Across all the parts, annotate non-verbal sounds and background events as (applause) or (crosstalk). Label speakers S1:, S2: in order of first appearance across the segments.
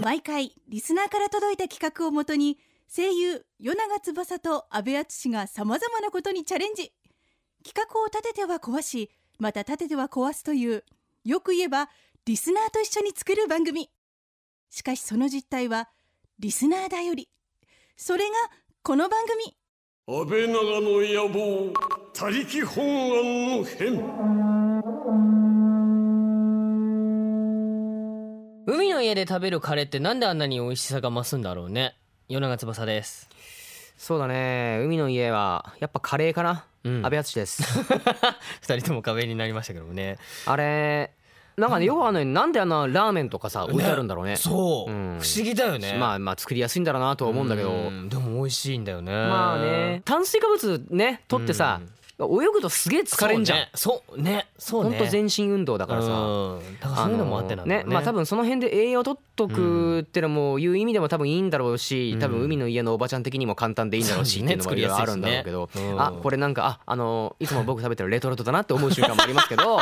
S1: 毎回リスナーから届いた企画をもとに声優与永翼と阿部淳がさまざまなことにチャレンジ企画を立てては壊しまた立てては壊すというよく言えばリスナーと一緒に作る番組しかしその実態はリスナーだよりそれがこの番組
S2: 安倍長の野望他力本願の変
S3: 海の家で食べるカレーってなんであんなに美味しさが増すんだろうね夜長翼 (laughs) です
S4: そうだね海の家はやっぱカレーかな、
S3: うん
S4: 安倍敦です
S3: (laughs) 二人とも壁になりましたけどもね
S4: あれなんかねよくあのなんであんなラーメンとかさ置いてあるんだろうね
S3: そう、
S4: うん
S3: 不思議だよね
S4: まあまあ作りやすいんだろうなとは思うんだけど、
S3: うんでも美味しいんだよね
S4: まあね炭水化物ね取ってさ、泳ぐとすげえ疲れんじゃん、
S3: そうねそう
S4: ほ
S3: ね
S4: んと全身運動だ
S3: だ
S4: からさ、
S3: だからそういうのもあってなんだろうね,、
S4: まあ多分その辺で栄養取っとくってのもいう意味でも多分いいんだろうし、多分海の家のおばちゃん的にも簡単でいいんだろうし
S3: そう
S4: っ
S3: ね
S4: ていうのもいろいろあるんだろうけど、
S3: 作りやすいしねうん
S4: あこれなんかああのいつも僕食べてるレトルトだなって思う瞬間もありますけど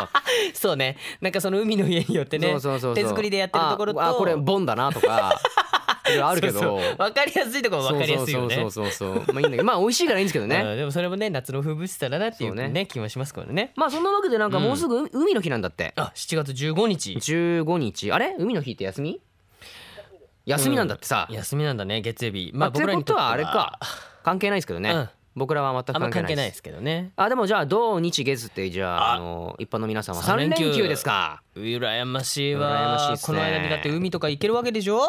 S3: そう (laughs) ねなんかその海の家によってね
S4: そうそうそうそう
S3: 手作りでやってるところと
S4: ああこれボンだな
S3: (laughs)
S4: とかいろいろあるけど
S3: そうそう分かりやすいところは分かりやすいよね
S4: そうそうそうそうまあいいんだけどまあ美味しいからいいんですけど
S3: う
S4: ね
S3: んでもそれもね夏の風物詩だなっていう
S4: そ
S3: ね
S4: うね
S3: 気もしますからね
S4: まあそんなわけでなんかもうすぐ海海の日なんだって、
S3: あ7月15日
S4: 15日あれ海の日って休み休みなんだってさ、
S3: 休みなんだね月曜日
S4: まあ、という
S3: に
S4: ことと
S3: って
S4: はあれか関係ないですけどね、
S3: うん
S4: 僕らは全
S3: あ
S4: く
S3: んま
S4: 関係
S3: 関
S4: な
S3: 係
S4: いです
S3: ないですけどね
S4: あでもじゃあ土日月ってじゃあ
S3: あ
S4: あの一般の皆さんは
S3: 三
S4: 3
S3: 連
S4: 連
S3: 休
S4: 休ですか
S3: 羨ましいわ
S4: 羨ましいっすね
S3: この間にだって海とか行けるわけでしょ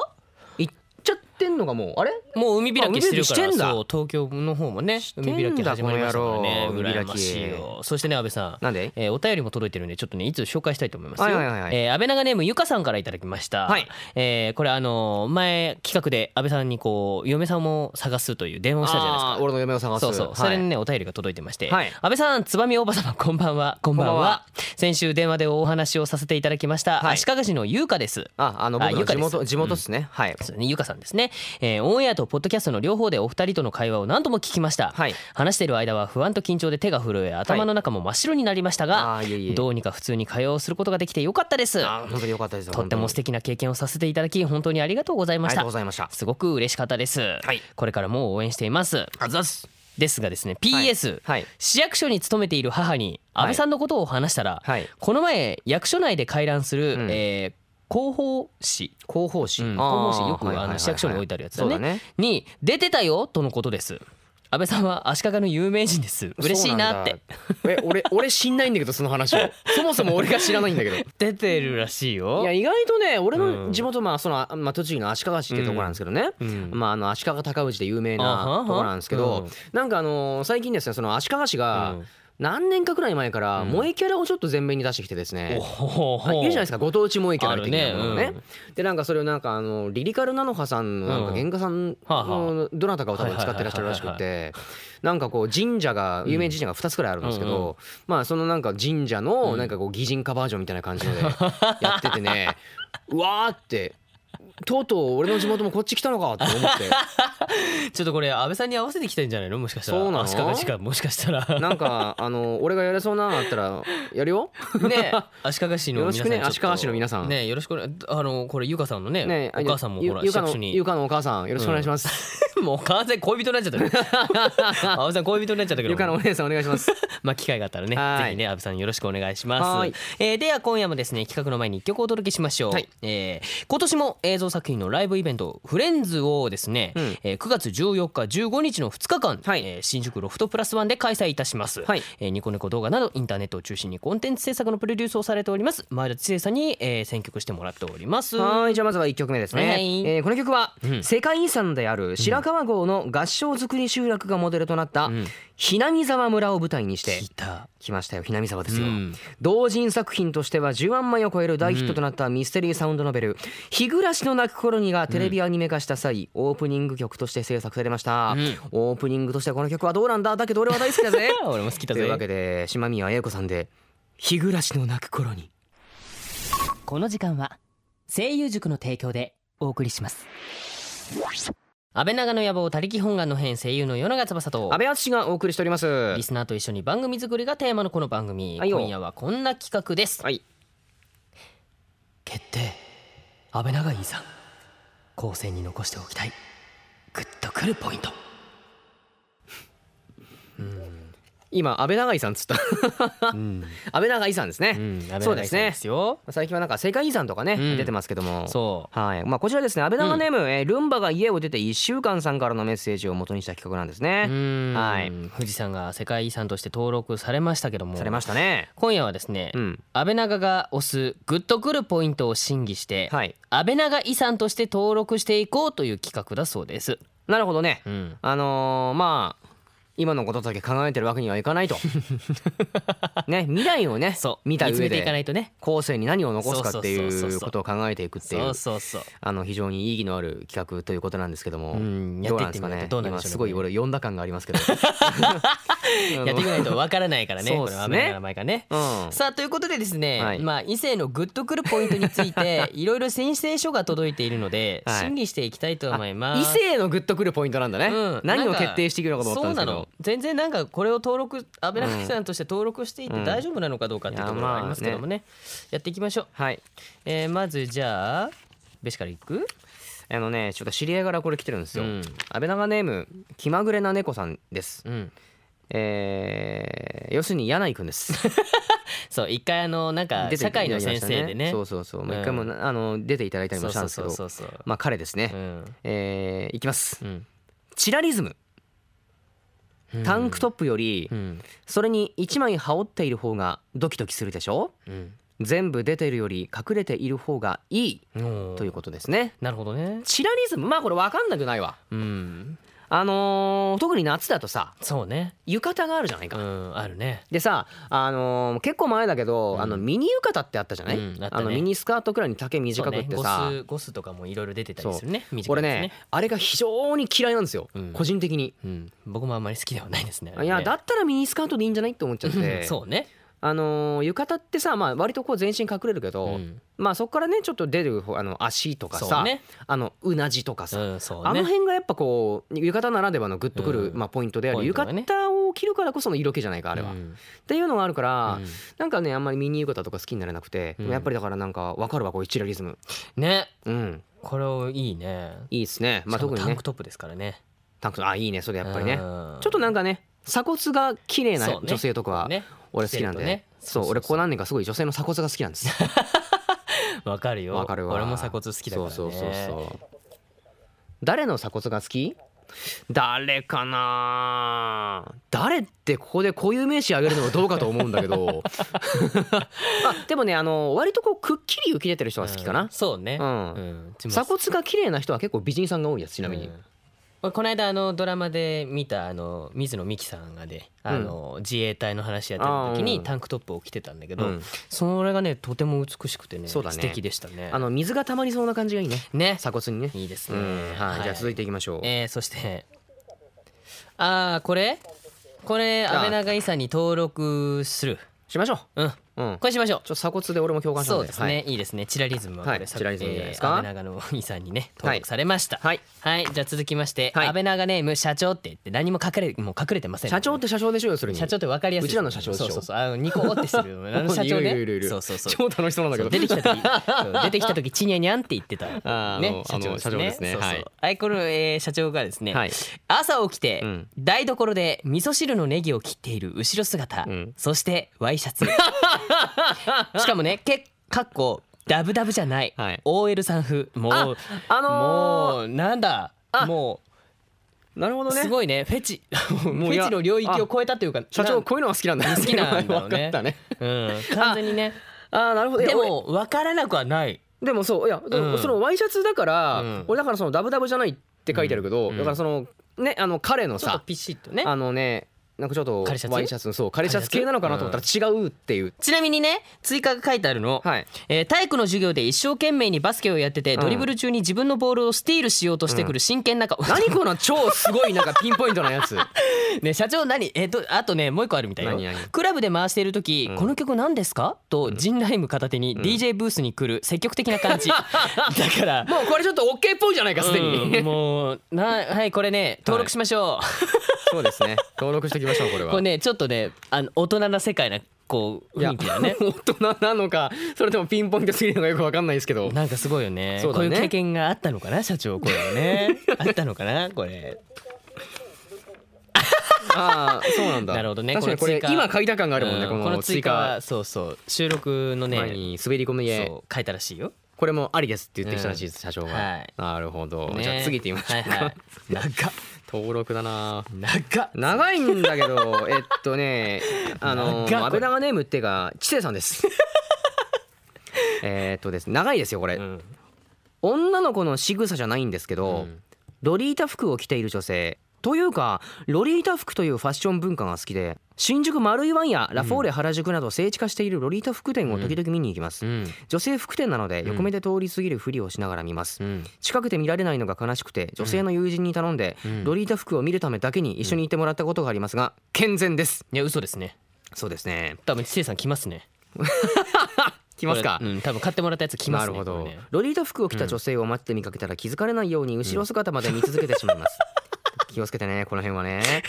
S4: 行っちゃってんのがもうあれ
S3: もう海開きしてる
S4: あ海開きして
S3: か
S4: ん
S3: ら
S4: だ
S3: そう東京の方もね
S4: してんだ
S3: 海開き始まりましたからね
S4: この野郎
S3: 羨ましい
S4: 海
S3: よそしてね安倍さん
S4: なんで
S3: えーお便りも届いてるんでちょっとねいつ紹介したいと思いますよ
S4: はいはいはいはい
S3: えー安倍長ネームゆかさんからいただきました
S4: はい
S3: えーこれあのー前企画で安倍さんにこう嫁さんを探すという電話をしたじゃないですか
S4: あー俺の嫁を探す
S3: そうそう、それに
S4: はい
S3: ねお便りが届いてまして、
S4: はい
S3: 安倍さんつばみおば様こんばんはこんばんは
S4: こんばんは
S3: 先週電話でお話をさせていただきました、
S4: はい
S3: 足利市の優香です
S4: ああの
S3: あ
S4: 僕
S3: ゆ
S4: の
S3: か
S4: 地
S3: です
S4: 元地元っすね、はい
S3: そうですねゆかさんですね、えーオンエアとポッドキャストの両方でお二人との会話を何度も聞きました、
S4: はい
S3: 話している間は不安と緊張で手が震え頭の中も真っ白になりましたが、
S4: あーいえいえ
S3: どうにか普通に会話をすることができてよかったです
S4: あ本当に良かったです
S3: とっても素
S4: 敵
S3: 敵な経験をさせていただき本当にありがとうござい
S4: あ
S3: ま
S4: り
S3: し
S4: がと
S3: た
S4: うございました
S3: すごく嬉しかったです、
S4: い
S3: これからも応援しています
S4: あざっす
S3: ですがですね PS、
S4: はい
S3: 市役所に勤めている母に安倍さんのことを話したら、
S4: はい
S3: この前役所内で回覧する、
S4: うん
S3: えー広報誌、
S4: 広報誌、
S3: うん
S4: あー
S3: 広報誌よく
S4: はいはい
S3: あ
S4: はいは
S3: の市役所に置いてあるやつだ
S4: そう
S3: ね,、
S4: だね
S3: に出てたよとのことです安倍さんは足利の有名人です嬉しいなって
S4: そうなんだえ俺俺知んないんだけどその話をそもそも俺が知らないんだけど
S3: 出てるらしいよ
S4: いや意外とね俺
S3: う
S4: の
S3: ん
S4: 地元まあそのあまあ栃木の足利市ってとこなんですけどね、
S3: うん
S4: まああの足利尊氏で有名
S3: あはは
S4: なとこなんですけ
S3: う
S4: ど
S3: ん
S4: なんかあのー最近ですねその足利市が
S3: うん
S4: 何年かくらい前から
S3: うん
S4: 萌えキャラをちょっと前面に出してきてですね
S3: お、ほ
S4: あ
S3: ほ
S4: いるじゃないですかご当地萌えキャラ的なものをね
S3: あるね
S4: でなんかそれをなんかあのリリカルなのはさんのなん
S3: うん
S4: か原画さん
S3: はあは
S4: のどなたかを多分使ってらっしゃるらしくてなんかこう神社が有名神社が2つくらいあるんですけ
S3: うんうんう
S4: どまあそのなんか神社のなんかこう擬人化バージョンみたいな感じのでやって
S3: (laughs)
S4: てねうわーってとうとう俺の地元もこっち来たのかって思って。
S3: ちょっとこれ安倍さんに合わせてきてんじゃないのもしかしたら
S4: そうなの
S3: 足利市かもしかしたら
S4: なんかあの俺がやれそうなのあったらやるよ。
S3: ね (laughs) 足利市の皆さん
S4: よろしくね
S3: ちょっと
S4: 足利市の皆さん
S3: ねよろしくお願いあのこれゆかさんのね
S4: ね
S3: お母さんも
S4: ゆ
S3: ほら
S4: ゆ
S3: 市
S4: か
S3: 役
S4: の
S3: 所に
S4: ゆかのお母さんよろしくお願いします。
S3: もう完全に恋人になっちゃったね
S4: (laughs)
S3: 安倍さん恋人になっちゃったけど
S4: ゆかのお姉さんお願いします。
S3: まあ機会があったらね
S4: はい
S3: ぜひね安倍さんよろしくお願いし
S4: は
S3: ま
S4: い
S3: す、えーでは今夜もですね企画の前に一曲お届けしましょう、
S4: はい
S3: えー今年も映像作品のライブイベント「フレンズ」をですね、
S4: うん
S3: えー9月14日15日の2日間、
S4: はい
S3: えー新宿ロフトプラスワンで開催いたします、
S4: はい
S3: えーニコニコ動画などインターネットを中心にコンテンツ制作のプロデュースをされております前田知世さんに、えー選曲してもらっております
S4: はいじゃあまずは一曲目ですね。
S3: はい
S4: えーこの曲は、
S3: ん
S4: 世界遺産である白川郷の合掌造り集落がモデルとなった、
S3: ん
S4: ひなみざわ村を舞台にして
S3: 聞いた
S4: 来ましたよひなみざわですよ、
S3: うん
S4: 同人作品としては10万枚を超える大ヒットとなったミステリーサウンドノベル「日暮らしの泣く頃に」がテレビアニメ化した際、オープニング曲として制作されました、
S3: うん
S4: オープニングとしてはこの曲はどうなんだだけど俺は大好き
S3: (laughs)
S4: だぜ
S3: 俺も好きだ
S4: と
S3: ぜ
S4: いうわけで島宮英子さんで「日暮らしの泣く頃に
S3: この時間は声優塾の提供でお送りします安倍長の野望他力本願の編声優の与永翼」と
S4: 阿部淳がお送りしております
S3: リスナーと一緒に番組作りがテーマのこの番組、
S4: はいよ
S3: 今夜はこんな企画です
S4: はい
S3: 決定安倍長井さん後世に残しておきたいグッとくるポイント
S4: 今安倍長井さんっつった
S5: うん
S4: 安倍長井さんです
S3: う
S4: ね、
S3: ん
S4: そうですね
S3: ですよ
S4: 最近はなんか世界遺産とかね、
S3: うん
S4: 出てますけども
S3: そ
S4: はいまあ、こちらですね安倍長ネーム、えールンバが家を出て1週間さんからのメッセージを元にした企画なんで
S3: う
S4: す
S3: う
S4: ね、
S3: ん
S4: はい
S3: 富士山が世界遺産として登録されましたけども
S4: されましたね
S3: 今夜はですね、
S4: うん
S3: 安倍長が推すグッとくるポイントを審議して、
S4: はい
S3: 安倍長遺産として登録していこうという企画だそうです。
S4: なるほどね、
S3: うん、
S4: あのーまあ今のことだけ考えてるわけにはいかない
S3: (laughs)
S4: とね未来をね
S3: そう
S4: 見た
S3: 見つめ
S4: 上
S3: ていかな
S4: で
S3: いとね。
S4: 後世に何を残すかって
S3: そうそうそうそう
S4: い
S3: うそう
S4: ことを考えていくってい
S3: そううそうそう。
S4: あの非常に意義のある企画ということなんですけども、
S3: うん
S4: どうなんですか
S3: やっていってみないと
S4: ね
S3: どうなんでしょうね
S4: 今すごい俺読んだ感がありますけど
S3: (laughs) やっていかないとわからないからね。
S4: (laughs) そうっ
S3: こ
S4: す
S3: れ
S4: ね
S3: は安倍長の前からね。
S4: うん
S3: さあということでですね、
S4: はい
S3: まあ異性のグッとくるポイントについ
S4: (laughs)
S3: ていろいろ申請書が届いているので、
S4: はい
S3: 審議していきたいと思いま
S4: 異
S3: す。
S4: 性のグッとくるポイントなんだね、
S3: うん
S4: 何
S3: な
S4: を
S3: んか
S4: 決定していくのかと思ったんですけ
S3: そうな
S4: ど
S3: の全然なんかこれを登録安倍長さんとして登録していって大丈夫なのかどうかっていうところがありますけどもね,、やっていきましょう、
S4: はい
S3: えーまずじゃあべしからいく
S4: あのねちょっと知り合いからこれ来てるんですよ、
S3: うん
S4: 安倍長ネーム気まぐれな猫さんです、
S3: うん
S4: えー要するに柳井くんです
S3: そう一 (laughs) 回あのなんか
S4: 出てい
S3: 社
S4: ただ
S3: 会
S4: きま
S3: の
S4: した
S3: 先生でね
S4: そうそうそう、もう
S3: うん
S4: 一回もなあの出ていただいたりもしたんですけ
S3: そうそ
S4: ど
S3: うそうそう
S4: まあ彼ですね、
S3: うん
S4: えーいきます、
S3: うん
S4: チラリズムタンクトップより、
S3: うん
S4: それに一枚羽織っている方がドキドキするでしょ
S3: うん
S4: 全部出てるより隠れている方がいい
S3: おー
S4: ということですね
S3: なるほどね
S4: チラリズムまあこれ分かんなくないわ
S3: うん
S4: あのー特に夏だとさ
S3: そうね
S4: 浴衣があるじゃないか、
S3: うんあるね
S4: でさあのー結構前だけど、
S3: うん
S4: あのミニ浴衣ってあったじゃない、
S3: うんあったね
S4: のミニスカートくらいに丈短くって
S3: そ
S4: さ、
S3: うねゴスゴスとかもいろいろ出てたりするね短い
S4: 俺
S3: やつ
S4: ねあれが非常に嫌いなんですよ、
S3: うん
S4: 個人的に。
S3: うん僕もあんまり好きではないですねあれね
S4: いやだったらミニスカートでいいんじゃないって思っちゃっ
S3: (laughs)
S4: て
S3: そうね
S4: あのー浴衣ってさ、まあ、割とこう全身隠れるけど、
S3: うん
S4: まあそこからねちょっと出るあの足とか
S3: そ
S4: さ、
S3: うね
S4: あのうなじとかさ、
S3: うんそうね
S4: あの辺がやっぱこう浴衣ならではのグッとくる、
S3: うん
S4: まあ、ポイントであり、
S3: ポイント
S4: 浴
S3: がね
S4: 衣を着るからこその色気じゃないかあれは、
S3: う
S4: っ
S3: ん
S4: ていうのがあるから、
S3: うん
S4: なんかねあんまりミニ浴衣とか好きになれなくて、
S3: うん
S4: やっぱりだからなんか分かるわこう一チラリズム
S3: ね
S4: うん
S3: これをいいね
S4: いいですねまあ
S3: しかも
S4: 特に
S3: タン
S4: ね
S3: クトップですからね
S4: タンクトあいいねそれやっぱりね
S3: う
S4: ち
S3: ん
S4: ょっとなんかね鎖骨が綺麗な
S3: そうね
S4: 女性とかは
S3: ね
S4: 俺好きなん
S3: 着てる
S4: で
S3: とね
S4: そう俺ここ何年かすごい女性の鎖骨が好きなんです
S3: わかるよ
S4: わかるわ
S3: 俺も鎖骨好きだからね
S4: そうそうそうそう誰の鎖骨が好き誰かな誰ってここで固有名詞あげるのもどうかと思うんだけ
S3: (laughs)
S4: どあでもねあの割とこうくっきり浮き出てる人が好きか
S3: う
S4: なん
S3: そうね
S4: うん
S3: うん
S4: 鎖骨が綺麗な人は結構美人さんが多いやつち
S3: ち
S4: なみに
S3: この間あのドラマで見たあの水野美紀さんがであの自衛隊の話やってる時
S4: あーう
S3: に
S4: ん
S3: タンクトップを着てたんだけど
S4: うん
S3: それがねとても美しくてね
S4: そうだね
S3: 素敵でしたね
S4: あの水が溜まりそうな感じがいいね
S3: ね
S4: 鎖骨にね
S3: いいです
S4: う
S3: ね
S4: んはいじゃあ続い
S3: て
S4: ていきましょう
S3: えーそしてああこれこれ安倍長遺産に登録する
S4: しましょ
S3: うん
S4: ううん
S3: これしましょう
S4: ちょっと鎖骨で俺も共感した
S3: そ
S4: の
S3: う
S4: で
S3: ですね、い、いですねチラリズムはこれ、
S4: はいチラリズムじゃないです
S3: えー
S4: か
S3: 安倍長の遺産にね登録されました
S4: はい
S3: はい、じゃあ続きまして、
S4: はい
S3: 安倍長ネーム社長って言って何も隠れもう隠れてません
S4: 社長って社長でしょ要するに
S3: 社長って分かりやすいう
S4: ちらの社長でしょ
S3: そうそうそうあのニコってするあの社長ね
S4: (laughs) いるいるいるいる
S3: そうそうそう
S4: 超楽しそうなんだけど
S3: 出てきた
S4: (laughs)
S3: 時そう出てきた時チニャニャンって言って
S4: あ
S3: た
S4: ー
S3: ね
S4: あ
S3: 社長で
S4: の
S3: すね
S4: 社長ですね
S3: そうそう
S4: はい
S3: はいこの、えー社長がですね、
S4: はい
S3: 朝起きて、
S4: うん
S3: 台所で味噌汁のネギを切っている後ろ姿、
S4: うん
S3: そしてワイシャ
S4: (laughs)
S3: ツしかもねけかっこダブダブじゃない、
S4: はい
S3: OL さん風もう
S4: ああの
S3: もうなんだ
S4: あ
S3: も
S4: なるほ
S3: う
S4: どね
S3: すごいねフェチフ
S4: (laughs) もういや
S3: ェチの領域を超えたというか
S4: 社
S3: な
S4: 長
S3: ん
S4: こういうのが好きなんだ
S3: 好きなんだろう
S4: (laughs)
S3: ね
S4: 分かったね
S3: うん完全にね
S4: ああなるほどいや
S3: でも分からなくはない
S4: でもそういや、でも
S3: うん
S4: そのワイシャツだから、
S3: うん
S4: 俺だからそのダブダブじゃないって書いてあるけど、
S3: うん
S4: だからそのねあの彼の
S3: ちょっと
S4: さ、
S3: ピシッとね
S4: あのねなんかちょっと
S3: カレーシャツ
S4: ワイシャツのそうカレーシャツ系なのかなと思ったら違うっていう、
S3: ちなみにね追加が書いてあるの、
S4: はい
S3: えー体育の授業で一生懸命にバスケをやってて、
S4: ん
S3: ドリブル中に自分のボールをスティールしようとしてくる真剣な顔、
S4: 何この超すごいなんかピンポイントなやつ
S3: (laughs) ね社長何えっとあとねもう一個あるみたいよ
S4: 何何
S3: クラブで回している時、この曲何ですかとジンライム片手に DJ ブースに来る積極的な
S4: (laughs)
S3: 感じ、だから
S4: もうこれちょっと OK っぽいじゃないかすでに、
S3: うんもうなはいこれね登録しましょう、
S4: そうですね登録していきましょうこれは
S3: これねちょっとねあの大人な世界な構
S4: いや
S3: 雰囲気だね
S4: (laughs) 大人なのかそれともピンポイントすぎるのかよくわかんないですけど
S3: なんかすごいよね
S4: そうだ
S3: こうい
S4: ね
S3: う経験があったのかな社長これは
S4: (laughs)
S3: ねあったのかなこれ
S4: ああそうなんだ
S3: なるほどね
S4: 確かにこれ
S3: この追加
S4: 今書いた感があるもんね、
S3: うん
S4: こ
S3: こ
S4: の
S3: の
S4: 追
S3: 追
S4: 加
S3: 加そうそう収録の
S4: 前
S3: ね
S4: に滑り込みで
S3: そう書いたらしいよ
S4: これもありですって言ってきたらしいです、社長が、
S3: はい
S4: なるほど、
S3: ね
S4: じゃあ次行ってみましょうか、
S3: はいはい長っ
S4: 登録だな
S3: 長っ
S4: 長いんだ
S3: (laughs)
S4: けどえっとねあ
S3: 長っ
S4: の
S3: これ
S4: 安倍長ネームってが知性さんです
S3: (laughs)
S4: えっとです長いですよこれ、
S3: うん
S4: 女の子の仕草じゃないんですけど、
S3: うん
S4: ロリータ服を着ている女性というかロリータ服というファッション文化が好きで新宿丸いワンやラフォーレ原宿など聖地化しているロリータ服店を時々見に行きます、
S3: うん
S4: 女性服店なので横目で通り過ぎるふりをしながら見ます、
S3: うん
S4: 近くで見られないのが悲しくて女性の友人に頼んで、
S3: うん
S4: ロリータ服を見るためだけに一緒にいてもらったことがありますが健全です
S3: いや嘘ですね
S4: そうですね
S3: 多分知性さん来ますね
S4: 来ますか
S3: これうん多分買ってもらったやつ来ますね
S4: なるほど、
S3: これね
S4: ロリータ服を着た女性を街で見かけたら気づかれないように後ろ姿まで見続けてしまい (laughs) ます、気をつけてねこの辺はね、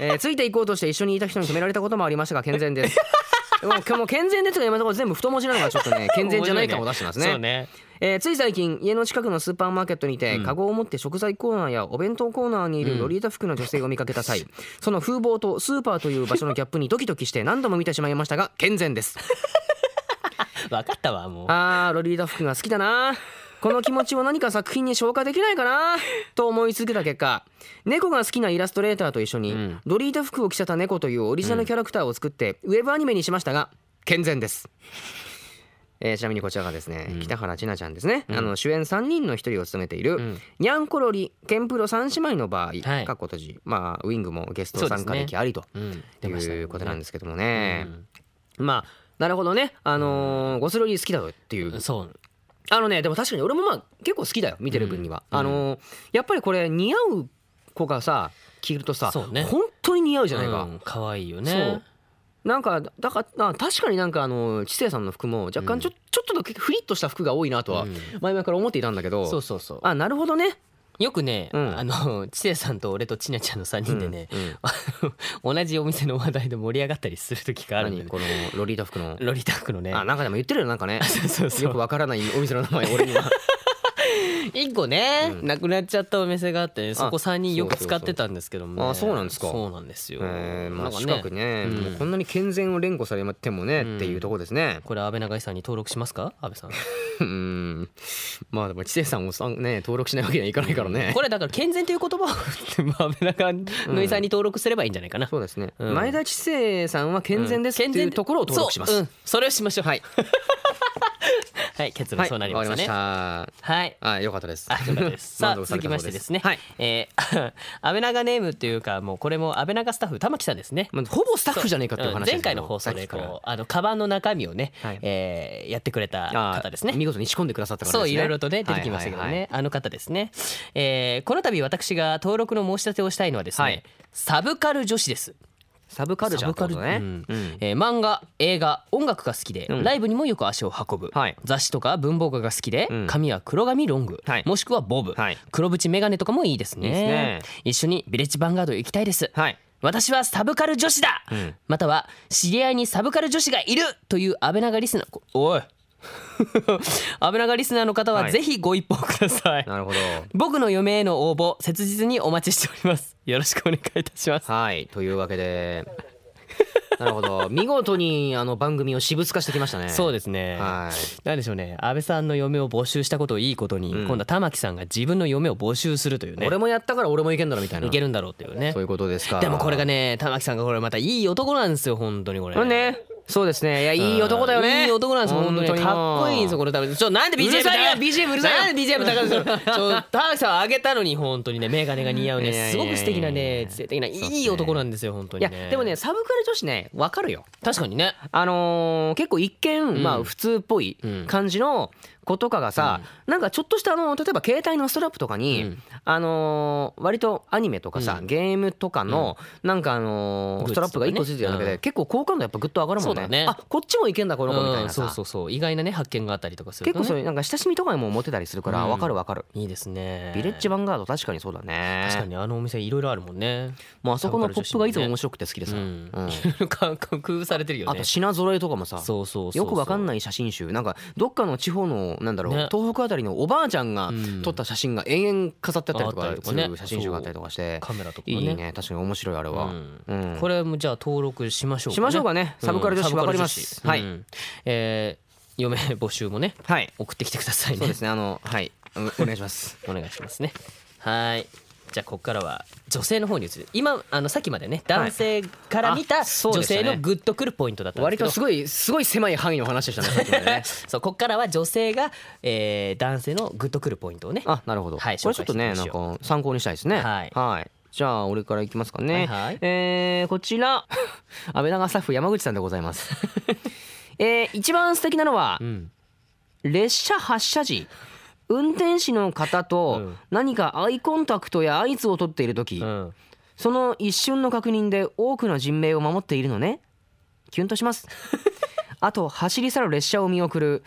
S4: えーついていこうとして一緒にいた人に止められたこともありましたが健全です (laughs) もう今日も健全ですが今のところ全部太文字なのがちょっとね健全じゃない感を出してますね
S3: そうね
S4: えーつい最近家の近くのスーパーマーケットにて、カゴを持って食材コーナーやお弁当コーナーにいるロリータ服の女性を見かけた際、その風貌とスーパーという場所のギャップにドキドキして何度も見てしまいましたが健全です
S3: 分かったわもう
S4: あーロリータ服が好きだなこの気持ちを何か作品に消化できないかなと思い続けた結果猫が好きなイラストレーターと一緒に、
S3: ん
S4: ロリータ服を着せた猫というオリジナルキャラクターを作って、ウェブアニメにしましたが健全です、えーちなみにこちらがですね、北原千奈ちゃんですね、あの主演3人の1人を務めている、
S3: ん
S4: ニャンコロリケンプロ3姉妹の場合、
S3: はい
S4: かっこ閉じまあウィングもゲスト参加歴ありと
S3: うん出ました
S4: い
S3: ね
S4: うことなんですけどもね、まあなるほどねあのーゴスロリ好きだよっていう
S3: そう
S4: あのねでも確かに俺もまあ結構好きだよ見てる分には、あのーやっぱりこれ似合う子がさ着るとさ、
S3: そうね
S4: 本当に似合うじゃないか、
S3: うん可愛いよ
S4: そう
S3: ね
S4: なんかだからあ確かになんかあの知性さんの服も若干ちょ,、ちょっとだけフリッとした服が多いなとは
S3: うん
S4: 前々から思っていたんだけど、
S3: そうそうそう
S4: あなるほどね
S3: よくね、
S4: うん
S3: あの (laughs) 知性さんと俺とちなちゃんの3人でね、
S4: うんうん
S3: あの (laughs) 同じお店の話題で盛り上がったりする時があるんだ
S4: 何
S3: よね
S4: このロリータ服の
S3: ロリタックのね
S4: あなんかでも言ってるよなんかね
S3: (laughs) そうそうそう
S4: よくわからないお店の名前俺には
S3: 一個ね、
S4: うん
S3: なくなっちゃったお店があってねそこ3人よく使ってたんですけども、ね、
S4: あそうなんですか
S3: (laughs) そうなんですよ、
S4: えー
S3: な
S4: まあ
S3: んか
S4: 近くね
S3: うん
S4: もうこんなに健全を連呼されてもね、っていうところですね
S3: これ安倍長井さんに登録しますか安倍さん
S4: うんまあでも知性さんもさんね登録しないわけにはいかないからね。
S3: (laughs) これだから健全という言葉を
S4: (laughs)
S3: まあ安倍長井さんに登録すればいいんじゃないかな、
S4: そうですね、
S3: うん
S4: 前田知性さんは健全ですっていうところを登録します。
S3: そううんそれをしましょう (laughs) はいはい結論
S4: はい、
S3: そう
S4: わか
S3: なり
S4: り
S3: ま
S4: ま
S3: した
S4: し
S3: ね
S4: た。
S3: はい
S4: あ、よかったです。
S3: あよかった
S4: (laughs)
S3: ですさ
S4: 満
S3: あ
S4: 足さ
S3: 続き
S4: れたそ
S3: ま
S4: う
S3: してですね、
S4: はい。
S3: えー、 (laughs) 安倍長ネームっていうかもうこれも安倍長スタッフ玉木さんですね
S4: まあ、ほぼスタッフじゃねえかっていう
S3: うん
S4: 話です
S3: 前
S4: け
S3: 回
S4: ど
S3: の放送で
S4: さっき
S3: こうあのカバンの中身をね、
S4: はい
S3: えーやってくれた
S4: からあ
S3: 方ですね
S4: 見事に仕込んでくださったからですね。
S3: そういろいろとね出てきましたけどね、
S4: はいはいはい
S3: あの方ですね、えーこの度私が登録の申し立てをしたいのはですね、
S4: はい
S3: サブカル女子です
S4: サブカルチャーってことね。
S3: うん
S4: うん
S3: えー漫画映画音楽が好きで、
S4: うん
S3: ライブにもよく足を運ぶ、
S4: はい
S3: 雑誌とか文房具が好きで、
S4: うん
S3: 髪は黒髪ロング、
S4: はい
S3: もしくはボブ、
S4: はい
S3: 黒縁メガネとかもいいですね
S4: いいですね
S3: 一緒にビレッジヴァンガードへ行きたいです、
S4: はい。
S3: 私はサブカル女子だ、
S4: うん
S3: または知り合いにサブカル女子がいるという安倍長リスナーこおい (laughs) 安倍長リスナーの方
S4: は
S3: はいぜひご一報ください、
S4: なるほど。
S3: 僕の嫁への応募切実にお待ちしておりますよろしくお願いいたします
S4: はい、というわ
S3: (laughs)
S4: けで。なるほど。見事にあの番組を私物化してきましたね。
S3: そう
S4: で
S3: ですね、
S4: はい。
S3: なんでしょうね安倍さんの嫁を募集したことをいいことに、
S4: ん
S3: 今度は玉木さんが自分の嫁を募集するというね
S4: 俺もやったから俺もいけんだろみたいな。
S3: いけるんだろうっていうね
S4: そういうことですか。
S3: でもこれがね玉木さんがこれまたいい男なんですよ本当にこれ、
S4: うんね。そうですね。いや、いい男だよね。
S3: いい男なんですよ本当に
S4: もう
S3: かっこいいんですよこれ多分ちょなんで BGM
S4: うるさいよ
S3: 高
S4: BGM うるさいよ
S3: なんで BGM 高いんですよちょ玉木さんはあげたのに本当にねメガネが似合う
S4: いやいや
S3: ね
S4: いや
S3: すごく素敵なね知性的な
S4: そうっすね
S3: いい男なんですよ本当
S4: い
S3: に
S4: や、
S3: ね
S4: でもね、サブカル女子ね、わかるよ。
S3: 確かにね
S4: あのー結構一見、ま
S3: う
S4: あ
S3: ん
S4: 普通っぽい
S3: うん
S4: 感じの子とかがさ、なんかちょっとしたあの例えば携帯のストラップとかに、
S3: うん
S4: あのー割とアニメとかさ、
S3: う
S4: ゲームとかの、なんかあの
S3: グ
S4: ー
S3: ッズ
S4: ストラップが1個ついてるだけで、
S3: うん
S4: 結構好感度やっぱぐっと上がるもん
S3: そうだ
S4: ね
S3: ね
S4: あこっちもいけんだこの子みたい
S3: うん
S4: なさ、
S3: そうそうそう意外なね発見があったりとかする
S4: 結
S3: と、
S4: 構
S3: ね、
S4: それなんか親しみとかにも持てたりするから
S3: うん
S4: わかるわかる、
S3: いいですね
S4: ヴィレッジヴァンガード確かにそうだね
S3: 確かにあのお店いろいろあるもんね
S4: もうあそこのポップがいつも
S3: ね
S4: 面白くて好きでさ、
S3: うん
S4: う
S3: (laughs)
S4: ん
S3: か工夫されてるよ
S4: あ
S3: ね
S4: と品揃えとかもさ
S3: そうそうそうそう
S4: よくわかんない写真集なんかどっかの地方のなんだろう、
S3: ね
S4: 東北あたりのおばあちゃんが
S3: うん
S4: 撮った写真が延々飾ってあったりと
S3: あった
S4: か
S3: りと
S4: す
S3: かね
S4: る写真集があったりとかして
S3: カメラとかも
S4: い
S3: ね
S4: いね確かに面白いあれ
S3: う
S4: は、
S3: ん
S4: うん
S3: これもじゃあ登録しましょうか、ね、
S4: しましょうかねサブカル女子
S3: うんサ
S4: わ
S3: ブカ
S4: か
S3: ル
S4: りま
S3: 女
S4: す
S3: 子
S4: はい
S3: うんえー嫁募集もね
S4: はい
S3: 送ってきてくださいね
S4: そうですねあのはいおお願いし
S3: (laughs)
S4: ます
S3: お願いしますねはいじゃあここからは女性の方に移る今あのさっきまでね男性から見た
S4: あそう
S3: 女
S4: でしたね
S3: 性のグッとくるポイントだったんです
S4: 割
S3: けど
S4: とすごいすごい狭い範囲の話でしたねさっきまでね
S3: (laughs) そうここからは女性が、えー男性のグッとくるポイントをね
S4: あなるほど、
S3: はい
S4: これちょっとね
S3: 紹
S4: な
S3: 介して
S4: ん
S3: いきま
S4: か参考にしたいですね
S3: はい
S4: じゃあ俺からいきますかね、
S3: はいはい
S4: えーこち
S3: (laughs)
S4: ら安倍長スタッフ山口さんでございますえー一番素敵なのは、
S3: うん
S4: 列車発車時運転士の方
S3: う
S4: と
S3: ん
S4: 何かアイコンタクトや合図を取っている時、
S3: うん
S4: その一瞬の確認で多くの人命を守っているのねキュンと
S3: (laughs)
S4: しますあと走り去る列車を見送る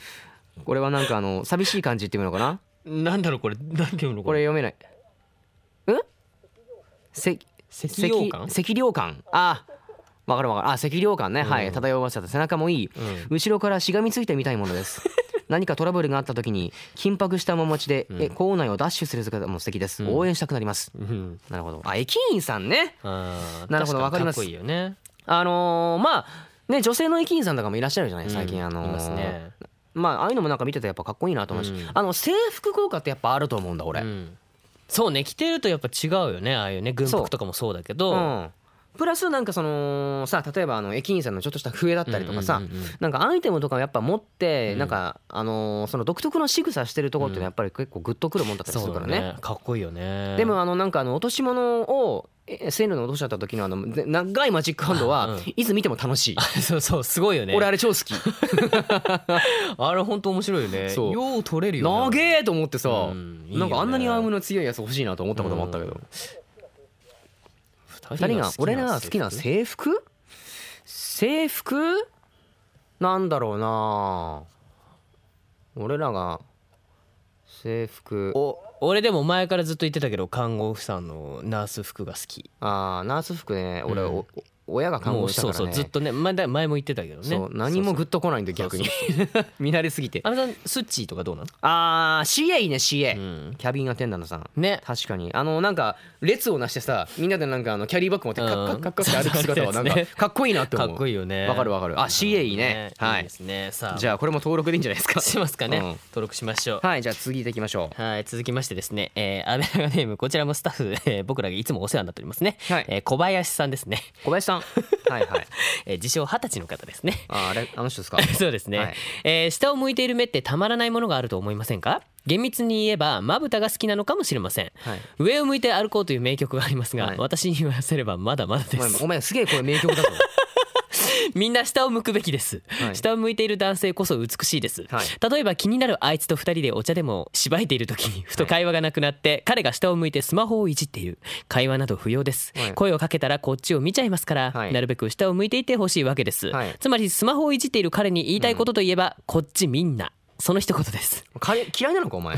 S4: これはなんかあの寂しい感じっていうのかな
S3: なんだろうこれ (laughs) なんていうの
S4: これ読めないうんせ
S3: 赤涼感
S4: 赤赤涼感あわかるわかるあ赤涼感ね、は
S3: う
S4: い
S3: ん
S4: 漂わせた背中もいい、
S3: うん
S4: 後ろからしがみついてみたいものです
S3: (laughs)
S4: 何かトラブルがあった時に緊迫した面持ちで、え校内をダッシュする姿も素敵です、応援したくなります
S3: うん
S4: なるほどあ駅員さんね
S3: あー
S4: なるほ
S3: 確
S4: ど
S3: に
S4: わかります
S3: かっこいいよね
S4: あのーまあね女性の駅員さんとかもいらっしゃるじゃない最近、
S3: うん
S4: あのー
S3: いますね
S4: まあああいうのもなんか見ててやっぱかっこいいなと思うし、
S3: うん
S4: あの制服効果ってやっぱあると思うんだ俺、
S3: うんそうね着てるとやっぱ違うよねああいうね軍
S4: そう
S3: 服とかもそうだけど、
S4: うん、プラスなんかそのさ例えばあの駅員さんのちょっとした笛だったりとかさ、
S3: うんうんうんうん
S4: なんかアイテムとかをやっぱ持って、
S3: うん
S4: なんかあのーその独特の仕草してるところっていうのはやっぱり結構グッとくるもんだったりす
S3: そう
S4: るか
S3: だ
S4: らね。
S3: ねかっこいいよね
S4: でもあのなんかあの落とし物をえ線路に落としちゃった時のあので長いマジックハンド
S3: う
S4: は
S3: ん
S4: いつ見ても楽しい。
S3: (laughs) そうそうす (laughs) ごいよね
S4: 俺あれ超好き。
S3: あれ本当面白いよね
S4: そう
S3: よう取れるよな
S4: 長えと思ってさ、
S3: うんいいよ
S4: な
S3: ね
S4: んかあんなにアームの強いやつ欲しいなと思ったこともあったけど。
S3: 二
S4: 二人が俺らが好きな
S3: 制
S4: 制服制服なんだろうな俺らが制服
S3: 服お俺でも前からずっと言ってたけど看護婦さんのナース服が好き
S4: ああナース服ね俺、
S3: うん
S4: おお親が看
S3: も
S4: 護
S3: う
S4: 師だか
S3: そ
S4: ら
S3: う
S4: ね
S3: そうずっとね前だ前も言ってたけどね
S4: そう何
S3: そ
S4: も
S3: うそう
S4: グッとこないんで逆に見慣れすぎて
S3: あのさんスッチーとかどうなの
S4: あー CA いいね CA、
S3: うん
S4: キャビンアテンダントさん
S3: ね
S4: 確かにあのなんか列をなしてさみんなでなんかあのキャリーバッグ持ってカッカッカッカッって歩く姿はなんか
S3: うん
S4: かっこいいなって思
S3: か
S4: う
S3: っこいいよね
S4: わかるわかるあ CA いいねはい
S3: いですねさあ
S4: じ
S3: ゃ
S4: ゃあこれも登録でいいんじゃないです
S3: (laughs)
S4: か (laughs)
S3: しますかね、
S4: うん
S3: 登録しましょう
S4: はいじゃあ次行きましょう
S3: はい続きましてですね、えー、アベラガネームこちらもスタッフ、えー僕らがいつもお世話になっておりますね、
S4: はい
S3: えー小林さんですね、 (laughs)
S4: 小林さんはいはい
S3: えー自称二十歳の方ですね
S4: ああれあの人ですか
S3: (laughs) そうですね、
S4: はい
S3: えー下を向いている目ってたまらないものがあると思いませんか厳密に言えばまぶたが好きなのかもしれません、
S4: はい
S3: 上を向いて歩こうという名曲がありますが、
S4: はい
S3: 私に言わせればまだまだ
S4: お
S3: で
S4: 前
S3: す
S4: お前すげえこれ名曲だぞ (laughs)
S3: みんな下を向くべきです、
S4: はい
S3: 下を向いている男性こそ美しいです、
S4: はい
S3: 例えば気になるあいつと二人でお茶でもしばいている時にふと会話がなくなって、彼が下を向いてスマホをいじっている会話など不要です、
S4: はい
S3: 声をかけたらこっちを見ちゃいますから、
S4: はい
S3: なるべく下を向いていてほしいわけです、
S4: はい
S3: つまりスマホをいじっている彼に言いたいことといえば、こっちみんなその一言です (laughs)
S4: かれ嫌いなのかお前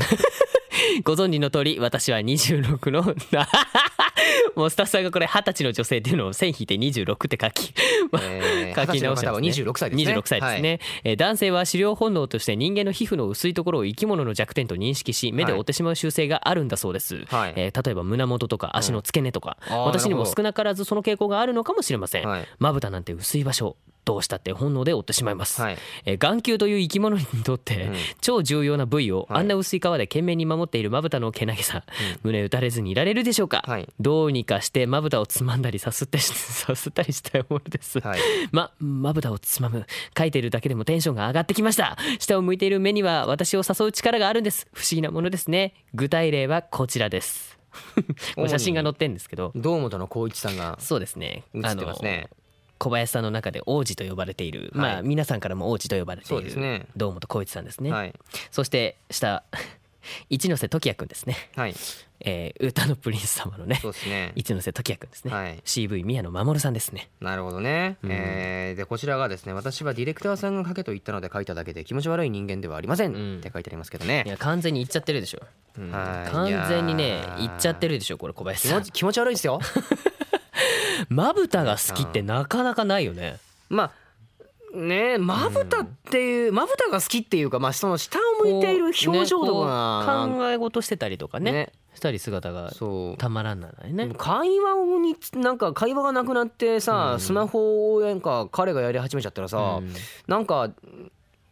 S3: ご存知の通り私は26の (laughs) もうスタッフさんがこれ二十歳の女性っていうのを線引いて26って書き、
S4: え
S3: (laughs)
S4: ー
S3: 書き直し
S4: 二十歳の
S3: た
S4: 方は
S3: んですね
S4: 26歳ですね
S3: 26歳ですねえー男性は狩猟本能として人間の皮膚の薄いところを生き物の弱点と認識し目で追ってしまう習性があるんだそうです、
S4: はい
S3: えー例えば胸元とか足の付け根とか、
S4: うんあー
S3: 私に
S4: なる
S3: も
S4: ほど
S3: 少なからずその傾向があるのかもしれません
S4: はい
S3: まぶたなんて薄い場所どうしたって本能で追ってしまいます、
S4: はい
S3: えー眼球という生き物にとって、
S4: うん
S3: 超重要な部位を
S4: はい
S3: あんな薄い皮で懸命に守っているまぶたのけなげさ、胸打たれずにいられるでしょうか、
S4: はい
S3: どうにかしてまぶたをつまんだりさすってし (laughs) さすったりしたいものです、
S4: はい
S3: ままぶたをつまむ書いているだけでもテンションが上がってきました下を向いている目には私を誘う力があるんです不思議なものですね具体例はこちらです
S4: (laughs)
S3: これ写真が載ってんですけど
S4: 堂本の光一さんが
S3: そうですね
S4: 映ってますね
S3: 小林さんの中で王子と呼ばれている、
S4: はい
S3: まあ皆さんからも王子と呼ばれて
S4: そ
S3: いう
S4: です
S3: る、
S4: ね
S3: 堂本光一さんですね、
S4: はい
S3: そして下一ノ瀬時也くんですね、
S4: はい
S3: えー、歌のプリンス様のね
S4: そうですね
S3: 一ノ瀬時也くんですね、
S4: はい
S3: CV 宮野真守さんですね
S4: なるほどね、
S3: うん
S4: えーでこちらがですね私はディレクターさんが書けと言ったので書いただけで気持ち悪い人間ではありません、
S3: うん
S4: って書いてありますけどね
S3: いや完全に言っちゃってるでしょ、うん
S4: はい
S3: 完全にね
S4: いやー
S3: 言っちゃってるでしょこれ小林
S4: 気
S3: さ
S4: 持
S3: ん
S4: ち気持ち悪いですよ
S3: まぶたが好きってなかなかないよね
S4: まあねえまぶたっていうまぶたが好きっていうかまあその下を向いている表情と
S3: こ
S4: か
S3: うねこう
S4: が
S3: 考え事してたりとかね
S4: ね
S3: したり姿が
S4: そう
S3: たまらんないね
S4: 会話をになんか会話がなくなってさ、
S3: うん
S4: スマホをなんか彼がやり始めちゃったらさ、
S3: うん
S4: なんか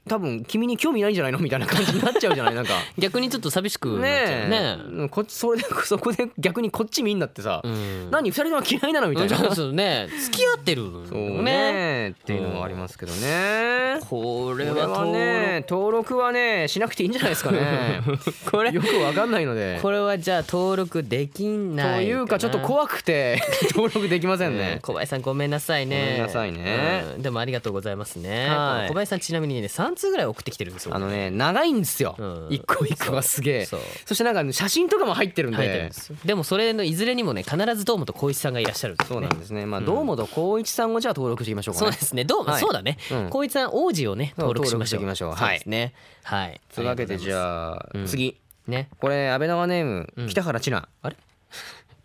S4: 多分君に興味ないんじゃないのみたいな感じになっちゃうじゃないなんか
S3: 逆にちょっと寂しくなっちゃうね
S4: ねえこっちそれでそこで逆にこっち見んなってさ、
S3: うん
S4: 何二人とも嫌いなのみたいな、
S3: うんそうそうね付き合ってる
S4: そ
S3: の
S4: うね
S3: ね
S4: っていうのもありますけどね、
S3: これ
S4: これ
S3: は
S4: はね登録はねしなくていいんじゃないですか (laughs) ね
S3: これ
S4: よくわかんないので
S3: これはじゃあ登録でき
S4: と
S3: ない
S4: いうかちょっと怖くて (laughs) 登録できません
S3: うん
S4: ね、
S3: 小林さんごめんなさいね
S4: ごめんなさいね
S3: うんでもありがとうございますね
S4: はい
S3: 小林さんちなみにね3通ぐらい送ってきてるんですよ
S4: あのね長いんですよ、
S3: うん
S4: 一個一個がすげえ
S3: そ
S4: そうしてなんかね写真とかも入ってるんで
S3: 書いてあるんですよでもそれのいずれにもね必ず堂本光一さんがいらっしゃるんですね
S4: そうなんですねまあ堂本光一さんをじゃあ登録していきましょうか
S3: そう
S4: ね
S3: ですね。どう、
S4: はい
S3: そうだね。
S4: うん
S3: 光一さん王子をね
S4: そう
S3: 登録しましょう。
S4: 登録していきましょう
S3: そうですね。はい。
S4: というわけでじ
S3: あ
S4: ゃあ
S3: うん
S4: 次
S3: りがとうございますね。
S4: これ安倍長ネーム、
S3: うん
S4: 北原千奈
S3: あれ？ (laughs)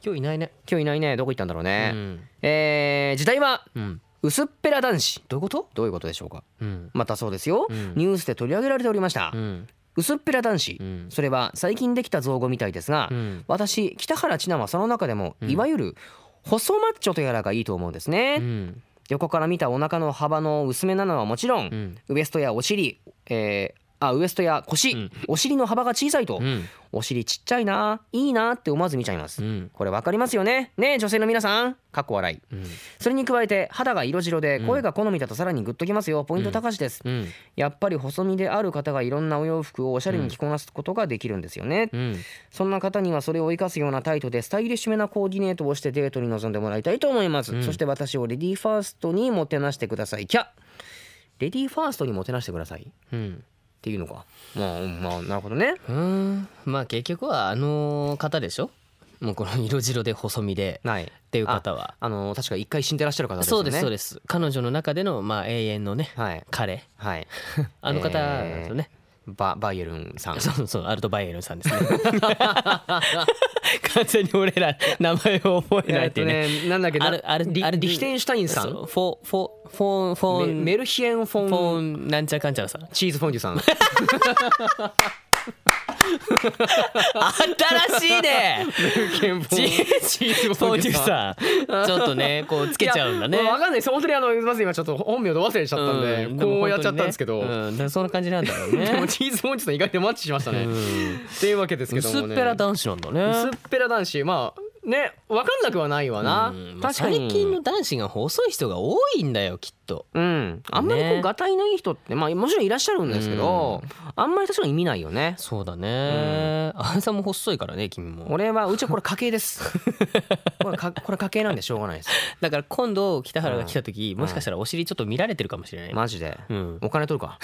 S3: 今日いないね。
S4: 今日いないねどこ行ったんだろうね、
S3: うん
S4: えー時代は
S3: うん。
S4: 薄っぺら男子
S3: どういうこと？
S4: どういうことでしょうか
S3: うん。
S4: またそうですよ、
S3: うん
S4: ニュースで取り上げられておりました、
S3: うん。
S4: 薄っぺら男子、
S3: うん
S4: それは最近できた造語みたいですが、
S3: うん
S4: 私北原千奈はその中でも、
S3: うん
S4: いわゆる細マッチョとやらがいいと思うんですね、
S3: うん。
S4: 横から見たお腹の幅の薄めなのはもちろん、
S3: うん
S4: ウエストやお尻、えーあウエストや腰、
S3: うん
S4: お尻の幅が小さいと、
S3: うん。
S4: お尻ちっちゃいないいなって思わず見ちゃいます、
S3: うん。
S4: これわかりますよねねえ女性の皆さんかっこ笑い
S3: うん。
S4: それに加えて肌が色白で
S3: うん
S4: 声が好みだとさらにグッときますよポイント高しです、
S3: うん。
S4: やっぱり細身である方がいろんなお洋服をおしゃれに着こなすことができるんですよね、
S3: うん。
S4: そんな方にはそれを生かすような態度でスタイリッシュめなコーディネートをしてデートに臨んでもらいたいと思います、
S3: うん
S4: そして私をレディーファーストにもてなしてくださいキャレディーファーストにもてなしてくださいっ
S3: うん。
S4: ていうのかまあうんまあなるほどね
S3: うん。まあ結局はあの方でしょ。もうこの色白で細身でっ
S4: ない
S3: ていう方は。
S4: あの確か一回死んでらっしゃる方です
S3: そ
S4: よ
S3: う
S4: ね
S3: ですそう
S4: うで
S3: です。彼女の中でのまあ永遠のね
S4: すはい
S3: 彼
S4: はい
S3: (laughs) あの方なんですよね。
S4: ババイエルンさん
S3: そうそうアルトバイエルンさんですね。 (laughs) 完全に俺ら名前を覚えないっていうね。
S4: えーっとねなんだっけな
S3: あるある
S4: リ
S3: ある
S4: リヒテンシュタインさ
S3: そ
S4: ん
S3: うフォフォフォンフォ
S4: メ
S3: ン
S4: メルヒエンフ
S3: フ
S4: ォン
S3: ォンなんちゃかんちゃらさん。
S4: チーズフォンデュ
S3: (laughs)
S4: さん
S3: 新しい
S4: (laughs)
S3: ね。
S4: ケンフ
S3: チ
S4: ォン
S3: ーズフォンデュさん。ちょっとねこうつけちゃうんだね
S4: い。やわかんないです本当にあのまず今ちょっと本名ど忘れしちゃったんで、
S3: うん
S4: こうやっちゃったんですけど、
S3: でも本当にねうんだからそんな感じなんだろう
S4: (laughs) でも
S3: ね。
S4: チーズフォンデュさん意外とマッチしましたね、っていうわけですけど
S3: 薄っ
S4: もね
S3: ぺら男子なんだね。
S4: 薄っぺら男子まあねわかんなくはないわな、
S3: うんまあ
S4: 確かに
S3: 最近の男子が細い人が多いんだよきっと。
S4: うん、あんまりこ
S3: ね
S4: うがたいのいい人って、まあもちろんいらっしゃるんですけど、あんまり確かに見ないよね
S3: そうだね。あんさんも細いからね、君も。
S4: 俺はうちはこれ家系です
S6: (laughs)
S4: これかこれ家系なんでしょうがないです
S3: だから今度北原が来た時、もしかしたらお尻ちょっと見られてるかもしれない。
S4: マジで、
S3: うん
S4: お金取るか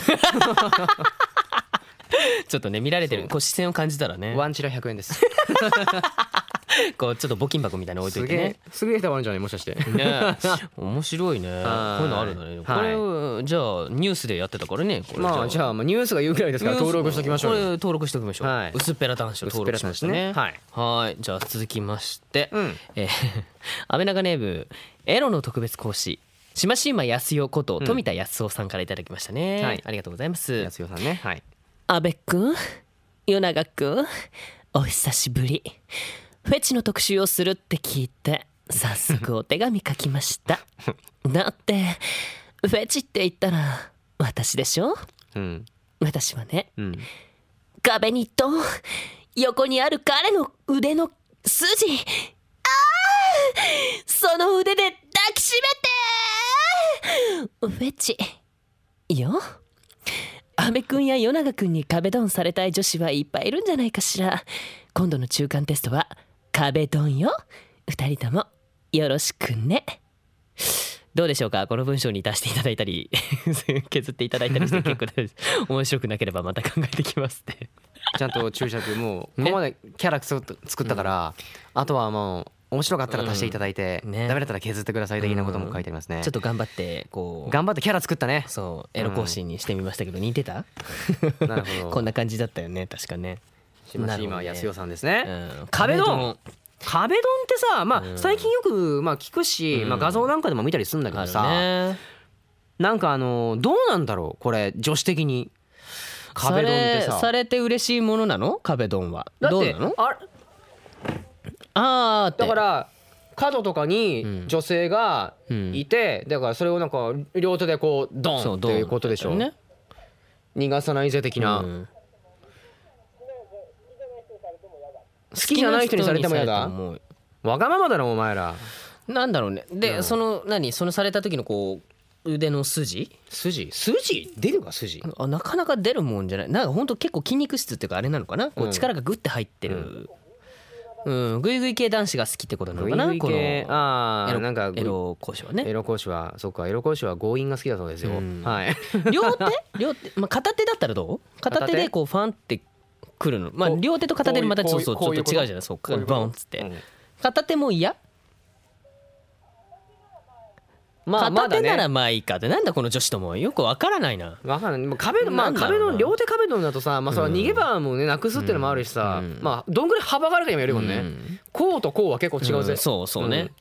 S3: ちょっとね見られてる、こう視線を感じたらね、
S4: ワンチラ100円です
S3: こうちょっと募金箱みたいなの置いと
S4: す
S3: い
S4: げ
S3: てね
S4: え。すげえたまるんじゃないもしかして
S3: ね、面白いね。こう
S4: はい
S3: いうの (laughs) あるんだね。こ
S4: はい
S3: れ、じゃあニュースでやってたからね。これ
S4: まあじゃあまあニュースが言うくらいですから登録しときましょ
S3: こ
S4: う
S3: れ
S4: よ
S3: 登録しておきましょう。
S4: はい
S3: 薄っぺら男子を登録しましたね。
S4: 薄っぺら男子ね
S3: はい。はいじゃあ続きまして、
S4: うん
S3: えー安倍長ネームエロの特別講師島島康代こと
S4: ん
S3: 富田康夫さんからいただきましたね。
S4: はい
S3: ありがとうございます
S4: や。すよさんねはい
S3: 安倍くん、与永くん、お久しぶり。フェチの特集をするって聞いて、早速お手紙書きま
S4: (laughs)
S3: した。だって、フェチって言ったら私でしょ
S4: うん
S3: 私はね。
S4: うん
S3: 壁にと横にある彼の腕の筋あーその腕で抱きしめてフェチよ阿部君や与永君に壁ドンされたい女子はいっぱいいるんじゃないかしら今度の中間テストは壁ドンよ二人ともよろしくねどうでしょうかこの文章に足していただいたり (laughs) 削っていただいたりして結構です面白くなければまた考えてきますって
S6: ちゃんと注釈もうここまでキャラクソ作ったから、あとはもう面白かったら足していただいて、
S3: うんね
S6: ダメだったら削ってください的なことも書いてありますね、
S3: ちょっと頑張ってこう
S6: 頑張ってキャラ作ったね
S3: そうエロ更新にしてみましたけど似てた
S6: なるほど
S3: こんな感じだったよね確かね
S6: 島
S3: なるほど
S6: 島
S3: ね
S6: 康代さんですね、
S3: うん
S4: 壁ドン壁ドンってさま
S3: うん
S4: あ最近よくまあ聞くし、
S3: うん
S4: まあ、画像なんかでも見たりするんだけ
S3: あ
S4: ど
S3: る
S4: さ、
S3: ね
S4: なんかあのどうなんだろうこれ女子的に壁ドンって
S3: それ
S4: さ
S3: されて嬉しいものなの壁ドンは
S4: だ
S3: ど
S4: っ
S3: う
S4: て
S3: なの
S4: あれ
S3: ああって
S4: だから角とか
S3: うん
S4: に女性がいて、だからそれをなんか両手でこうド
S3: そう
S4: ンっ
S3: ド
S4: て
S3: ン
S4: いうことでしょ、
S3: ね
S4: 逃がさないぜ的な、
S3: うん
S4: 好きじゃない人にされても
S3: 好きな人にさ
S4: 嫌だ
S3: れてももう
S4: わがままだなお前ら
S3: なんだろうねで、その何そのされた時のこう腕の筋
S4: 筋筋出るか筋
S3: あなかなか出るもんじゃないなんかほんと結構筋肉質っていうかあれなのかなこ
S4: う
S3: うん力がグッて入ってるうんグイグイ系男子が好きってことなの
S4: グイ
S3: かな
S4: グイ
S3: この
S4: 系あ
S3: エ
S4: あ
S3: ロ
S4: なんか
S3: エロ講師は
S4: エ
S3: ね
S4: ロ講師はそうかエロ講師は強引が好きだそうですよ、
S3: うん
S4: はい (laughs)
S3: 両手両手、まあ、片手だったらどう片手
S4: 片
S3: で
S4: 手
S3: こうファンってくるのまあ
S4: こう
S3: 両手と片手でまたち
S4: こ
S3: ょっ
S4: うい
S3: と
S4: うこう
S3: 違
S4: いう
S3: うじゃないそうか
S4: こういうこと
S3: バンっつって
S4: うん
S3: 片手も嫌
S4: まあま
S3: 片
S4: だ
S3: 手な
S4: ね
S3: らまあいいかってなんだこの女子ともよくわからないな
S4: わかんないもう壁のま
S3: な
S4: あ
S3: んだろう
S4: 壁
S3: な
S4: の両手壁ドンだとさまあそれは逃げ場もねなくすっていうのもあるしさ、
S3: うん
S4: まあどんぐらい幅があるかにもよるもんね、
S3: うん
S4: こうとこうは結構違うぜ、
S3: んそうそう
S4: う
S3: ね
S4: ん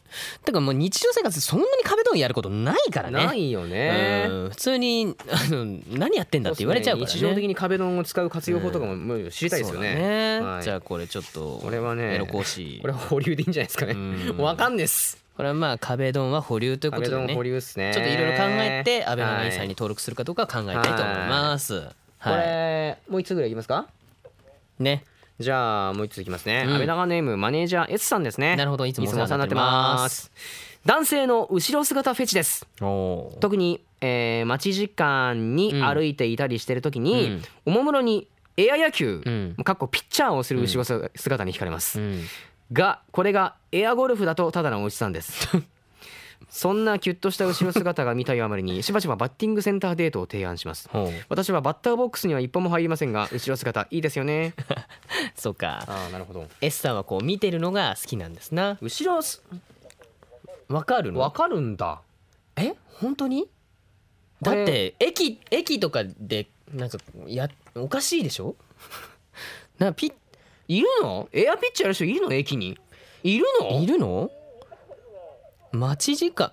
S3: てかもう日常生活そんなに壁ドンやることないからね
S4: ないよね、
S3: うん普通にあの何やってんだって言われちゃうからね
S4: 日常的に壁ドンを使う活用法とかももう知りたいですよね,はい、
S3: そうだねじゃあこれちょっと
S4: これはね
S3: エロ講師
S4: これは保留でいいんじゃないですかね
S3: うん
S4: (laughs) わかんねえっす
S3: これはまあ壁ドンは保留ということ
S4: 壁
S3: で
S4: ドン
S3: ね
S4: 保留っすね
S3: ちょっといろいろ考えてアベマのインスタ
S4: はい
S3: に登録するかどうか考えたいと思います。
S4: こ
S3: はい。
S4: れもう一つぐらいいきますか
S3: ね。
S4: じゃあもう一ついきますね、
S3: うん
S4: 安倍長ネームマネージャー S さんですね
S3: なるほどいつもお世話になって
S4: いつもお世話になって
S3: ま
S4: ますす男性の後ろ姿フェチです
S3: お
S4: 特に、えー待ち時間に歩いていたりしてる時に、
S3: うん
S4: おもむろにエア野球、
S3: うん
S4: かっこピッチャーをする後ろ姿姿に惹かれます、
S3: うん。
S4: がこれがエアゴルフだとただのおじさんです (laughs) そんなキュッとした後ろ姿が見たいあまりにしばしばバッティングセンターデートを提案します
S3: ほう
S4: 私はバッターボックスには一本も入りませんが後ろ姿いいですよね
S3: そうか。
S4: (laughs) ああなるほど
S3: S さんはこう見てるのが好きなんですな。
S4: 後ろす
S3: わかるの？
S4: わかるんだ
S3: え本当に？
S4: こ
S3: だっ
S4: れ
S3: て駅駅とかでなんかやおかしいでしょ？ (laughs) なピ
S4: いるのエアピッチャーやる人いるの駅にいるの
S3: いるの？待ち時間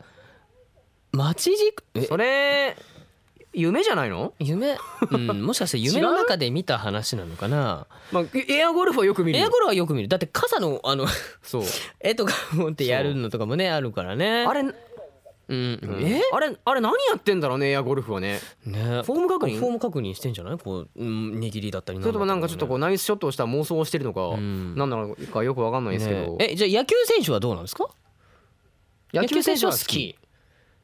S3: 待ち時間え
S4: それ夢じゃないの、 (laughs)
S3: 夢、うん、もしかして夢の中で見た話なのかな
S4: まあ、エアゴルフはよく見る
S3: エ
S4: よ
S3: アゴロはよく見るだって傘のあの (laughs)
S4: そう
S3: 絵とか持ってやるのとかもねあるからね
S4: あれ、うん
S3: うん、
S4: えあれあれ何やってんだろうねエアゴルフはね
S3: ね
S4: フォーム確認
S3: フォーム確認してんじゃないこう、うん、握りだったり
S4: それともなんかちょっとこう
S3: う
S4: ナイスショットをした妄想をしてるのか、
S3: ん
S4: なんなのかよくわかんないですけど、
S3: えじゃあ野球選手はどうなんですか
S4: 野球選手は好
S3: 野球選
S4: き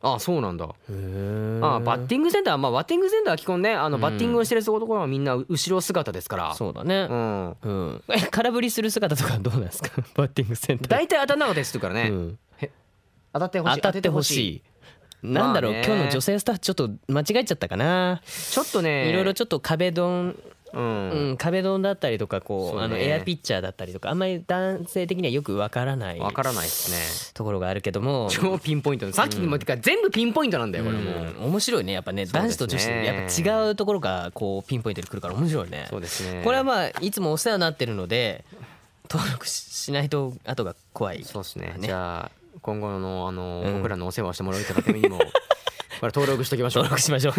S4: あそうなんだ
S3: 手は好き
S4: あバッティングセンターまあバッティングセンターは基本ねあの
S3: ん
S4: バッティングをしてる男はみんな後ろ姿ですから
S3: そうだね
S4: うん
S3: うん、え空振りする姿とかどうなんですかバッティングセンター
S4: 大体当たんなかったりするからね、
S3: うん
S4: 当たってほし
S3: 当
S4: い
S3: たってほしいなんだろう、
S4: まあね
S3: 今日の女性スタッフちょっと間違えちゃったかな、
S4: ちょっとね
S3: いろいろちょっと壁ドン
S4: うん、
S3: うん、壁ドンだったりとかこう
S4: そうね
S3: あのエアピッチャーだったりとかあんまり男性的にはよくわからない
S4: わからないですね
S3: ところがあるけども、
S4: 超ピンポイントさっきのもてか全部ピンポイントなんだよこれもう、
S3: うん面白いねやっぱね
S4: う
S3: 男
S4: で
S3: 子
S4: すね
S3: と女子でやっぱ違うところがこうピンポイントで来るから面白いね
S4: そうですね
S3: これはまあいつもお世話になってるので
S4: (laughs)
S3: 登録ししないと後が怖い
S4: そうですね
S3: ね
S4: じゃあ今後のあの、
S3: うん
S4: 僕らのお世話をしてもらうため (laughs) にもこれ登録しときましょう
S3: 登録し
S4: (laughs)
S3: ましょう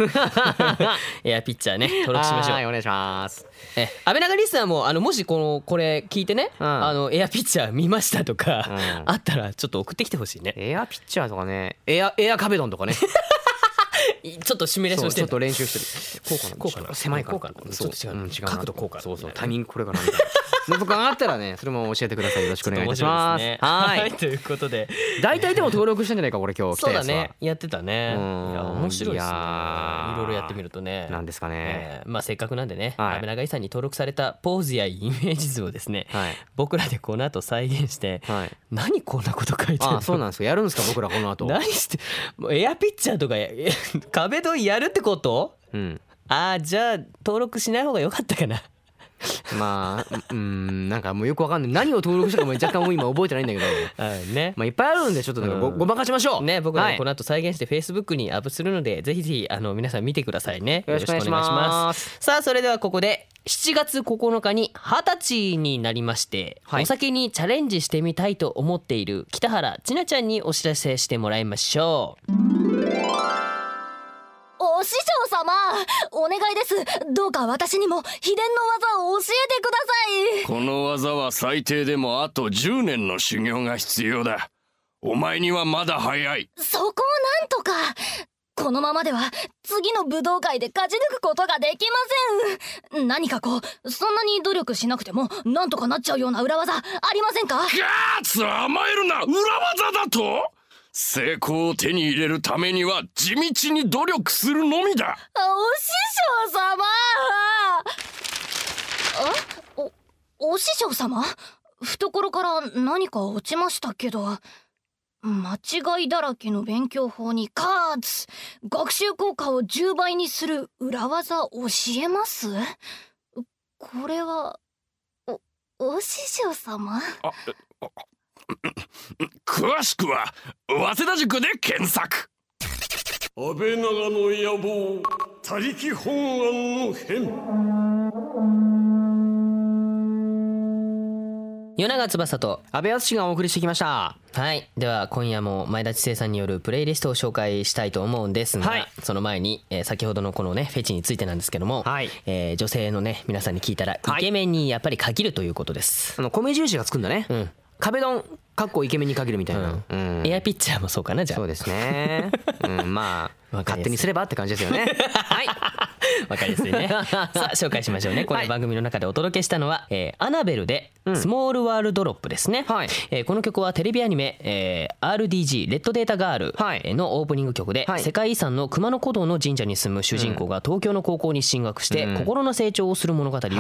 S3: エアピッチャーね登録しましょう
S4: はいお願いします
S3: え安倍長リスナーもあのもしこのこれ聞いてね、
S4: うん
S3: あのエアピッチャー見ましたとか、
S4: うん
S3: あったらちょっと送ってきてほしいね
S4: エアピッチャーとかねエアエア壁ドンと (laughs) かね
S3: ちょっとシミュレーシ
S4: そ
S3: ョ
S4: う
S3: ンしてん
S4: ち
S3: だ
S4: ょっと練習してるこうか
S3: こ
S4: な
S3: うかな
S4: 狭いから
S3: こうかな
S4: そう
S3: ちょっと違う
S4: うん違うな
S3: 角度こうかな
S4: そうそうタイミングこれかなみたいな (laughs) 謎感あったらねそれも教えてくださいよろしくお願いいたします
S3: ちょっと面白いですね
S4: はい
S3: はいということで
S4: 大体でも登録したんじゃないか俺今日来
S3: (laughs) そ
S4: た
S3: う
S4: や
S3: だ
S4: つは
S3: ねやってたね
S4: う
S3: い
S4: ん
S3: や面白い
S4: い
S3: です
S4: や
S3: ね
S4: ー
S3: いろいろやってみるとね
S4: なんですかね、
S3: えーまあせっかくなんでね、
S4: はい
S3: 安倍長井さんに登録されたポーズやイメージ図をですね、
S4: はい
S3: 僕らでこの後再現して、
S4: はい
S3: 何こんなこと書いてん
S4: あ
S3: の
S4: あそうなんですかやるんですか僕らこの後
S3: (laughs) 何してもうエアピッチャーとかや (laughs) 壁ドンやるってこと
S4: うん
S3: あーじゃあ登録しない方が良かったかな
S4: まあうーんなんかもうよくわかんない何を登録したかも若干もう今覚えてないんだけど
S3: はいね
S4: まあいっぱいあるんでちょっとなんかご,、
S3: うん
S4: ごまかしましょう
S3: ね僕ら
S4: は
S3: も
S4: い
S3: この後再現して Facebook にアップするので、ぜひぜひあの皆さん見てくださいね
S4: よろしくお願いします
S3: よろくお願いしますさあそれではここで7月9日に20歳になりまして、
S4: はい
S3: お酒にチャレンジしてみたいと思っている北原千奈ちゃんにお知らせしてもらいましょう
S7: お師匠様お願いですどうか私にも秘伝の技を教えてください
S2: この技は最低でもあと10年の修行が必要だお前にはまだ早い
S7: そこをなんとかこのままでは次の武道会で勝ち抜くことができません何かこうそんなに努力しなくてもなんとかなっちゃうような裏技ありませんか
S2: ガーツ甘えるな裏技だと成功を手に入れるためには地道に努力するのみだ
S7: お師匠様あお、お師匠様懐から何か落ちましたけど、間違いだらけの勉強法にカーツ学習効果を10倍にする裏技教えますこれは、お、お師匠様
S2: 詳しくは早稲田塾で検索安倍長の野望他力本願の変
S3: 夜長翼と
S4: 安倍淳がお送りしてきました
S3: はいでは今夜も前田知世さんによるプレイリストを紹介したいと思うんですが、
S4: はい
S3: その前に、えー先ほどのこのねフェチについてなんですけども、
S4: はい
S3: えー女性のね皆さんに聞いたらイ
S4: はい
S3: ケメンにやっぱり限るということです、
S4: あの米印がつくんだね、
S3: うん
S4: 壁ドンかっこイケメンに限るみたいな、うん
S3: エアピッチャーもそうかなじゃあ
S4: そうですね、うん、まあ
S3: わかりやすい
S4: 勝手にすればって感じですよねはい
S3: わかりやすいね (laughs) さあ紹介しましょうねこ
S4: は
S3: の
S4: い
S3: 番組の中でお届けしたのは、えーアナベルで「スモールワールドロップ」ですね、
S4: はい
S3: えーこの曲はテレビアニメ「えー RDG レッドデータガール
S4: はい」
S3: えーのオープニング曲で、
S4: はい
S3: 世界遺産の熊野古道の神社に住む主人公が東京の高校に進学して、心の成長をする物語を、
S4: はい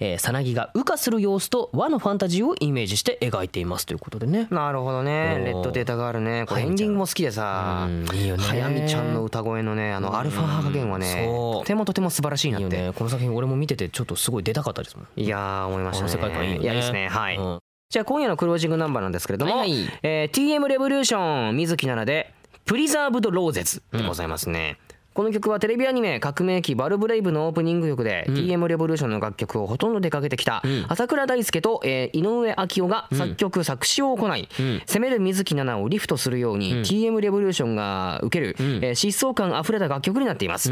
S3: えーさなぎが羽化する様子と和のファンタジーをイメージして描いていますということでね。
S4: (laughs) なるほどねレッドデータがあるねこれエンディングも好きでさ
S3: うんいいよね
S4: 早見ちゃんの歌声のねあのアルファ波加減はね
S3: そう
S4: とてもとても素晴らしいない
S3: い
S4: っ
S3: よ
S4: て
S3: ねこの作品俺も見ててちょっとすごい出たかったですもん。
S4: いやー思いま
S3: こ
S4: した
S3: の
S4: ね
S3: 世界観いいよね。
S4: やですねはい、
S3: うん
S4: じゃあ今夜のクロージングナンバーなんですけれども、
S3: はいはい
S4: えー TM レボリューション水木奈々で「プリザーブド・ローゼツ」でございますね、この曲はテレビアニメ「革命期バルブレイブ」のオープニング曲で、TM レボリューションの楽曲をほとんど出かけてきた朝倉大輔と、えー井上昭夫が作曲、作詞を行い、攻める水木奈々をリフトするように、TM レボリューションが受ける、えー疾走感あふれた楽曲になっています、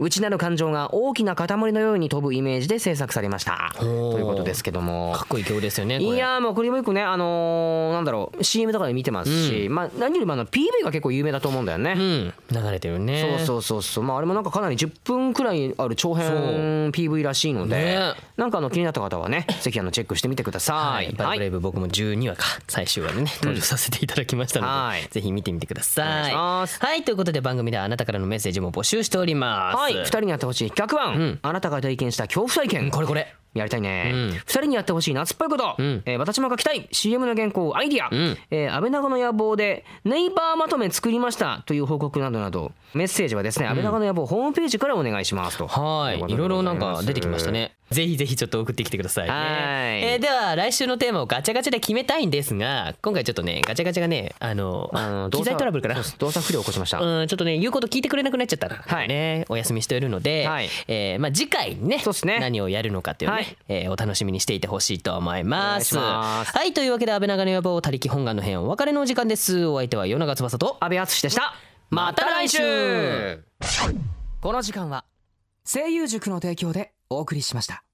S4: 内なる感情が大きな塊のように飛ぶイメージで制作されましたと
S3: ほう
S4: いうことですけども
S3: かっこいい曲ですよね。これ
S4: いやーもうこれも一個ねあのーなんだろう CM とかで見てますし、まあ何よりもあの PV が結構有名だと思うんだよね、
S3: うん、流れてるね。
S4: そうそうそうそうまああれもなんかかなり10分くらいある長編
S3: そう
S4: PV らしいので、
S3: ね
S4: なんかあの気になった方はねぜひあのチェックしてみてくださ
S3: はいい、バイブレイブ僕も12話か最終話でね登場させていただきましたので、
S4: はい
S3: ぜひ見てみてください。
S4: お願いします
S3: はいということで番組ではあなたからのメッセージも募集しております。
S4: はい、2人にやってほしい企画案、
S3: うん
S4: あなたが体験した恐怖体験、
S3: これこれ
S4: やりたいね、
S3: うん
S4: 二2人にやってほしい夏っぽいこと、
S3: ん
S4: えー私も書きたい CM の原稿アイディア、
S3: ん
S4: えー安倍長の野望でネイバーまとめ作りましたという報告などなどメッセージはですね、安倍長の野望ホームページからお願いしますと
S3: はい
S4: とうこと
S3: い
S4: で
S3: ろいろなん
S4: ござ
S3: か
S4: ます
S3: 出てきましたね。ぜひぜひちょっと送ってきてくださいね。
S4: はい
S3: えーでは来週のテーマをガチャガチャで決めたいんですが今回ちょっとねガチャガチャがねあの
S4: あの動
S3: 機
S4: 作
S3: 材トラブルかな
S4: そう。です動作不良を起こしました、
S3: うん、ちょっとね言うこと聞いてくれなくなっちゃったら、
S4: はい
S3: ねお休みしているので、
S4: はい
S3: えーまあ、次回にね
S4: そうっすね
S3: 何をやるのかっていうね、
S4: はい
S3: えーお楽しみにしていてほしいと思います
S4: お願いします
S3: はいというわけで安倍長の野望他力本願の編お別れのお時間ですお相手は与永翼と
S4: 安倍敦でした
S3: また来週
S4: この時間は声優塾の提供でお送りしました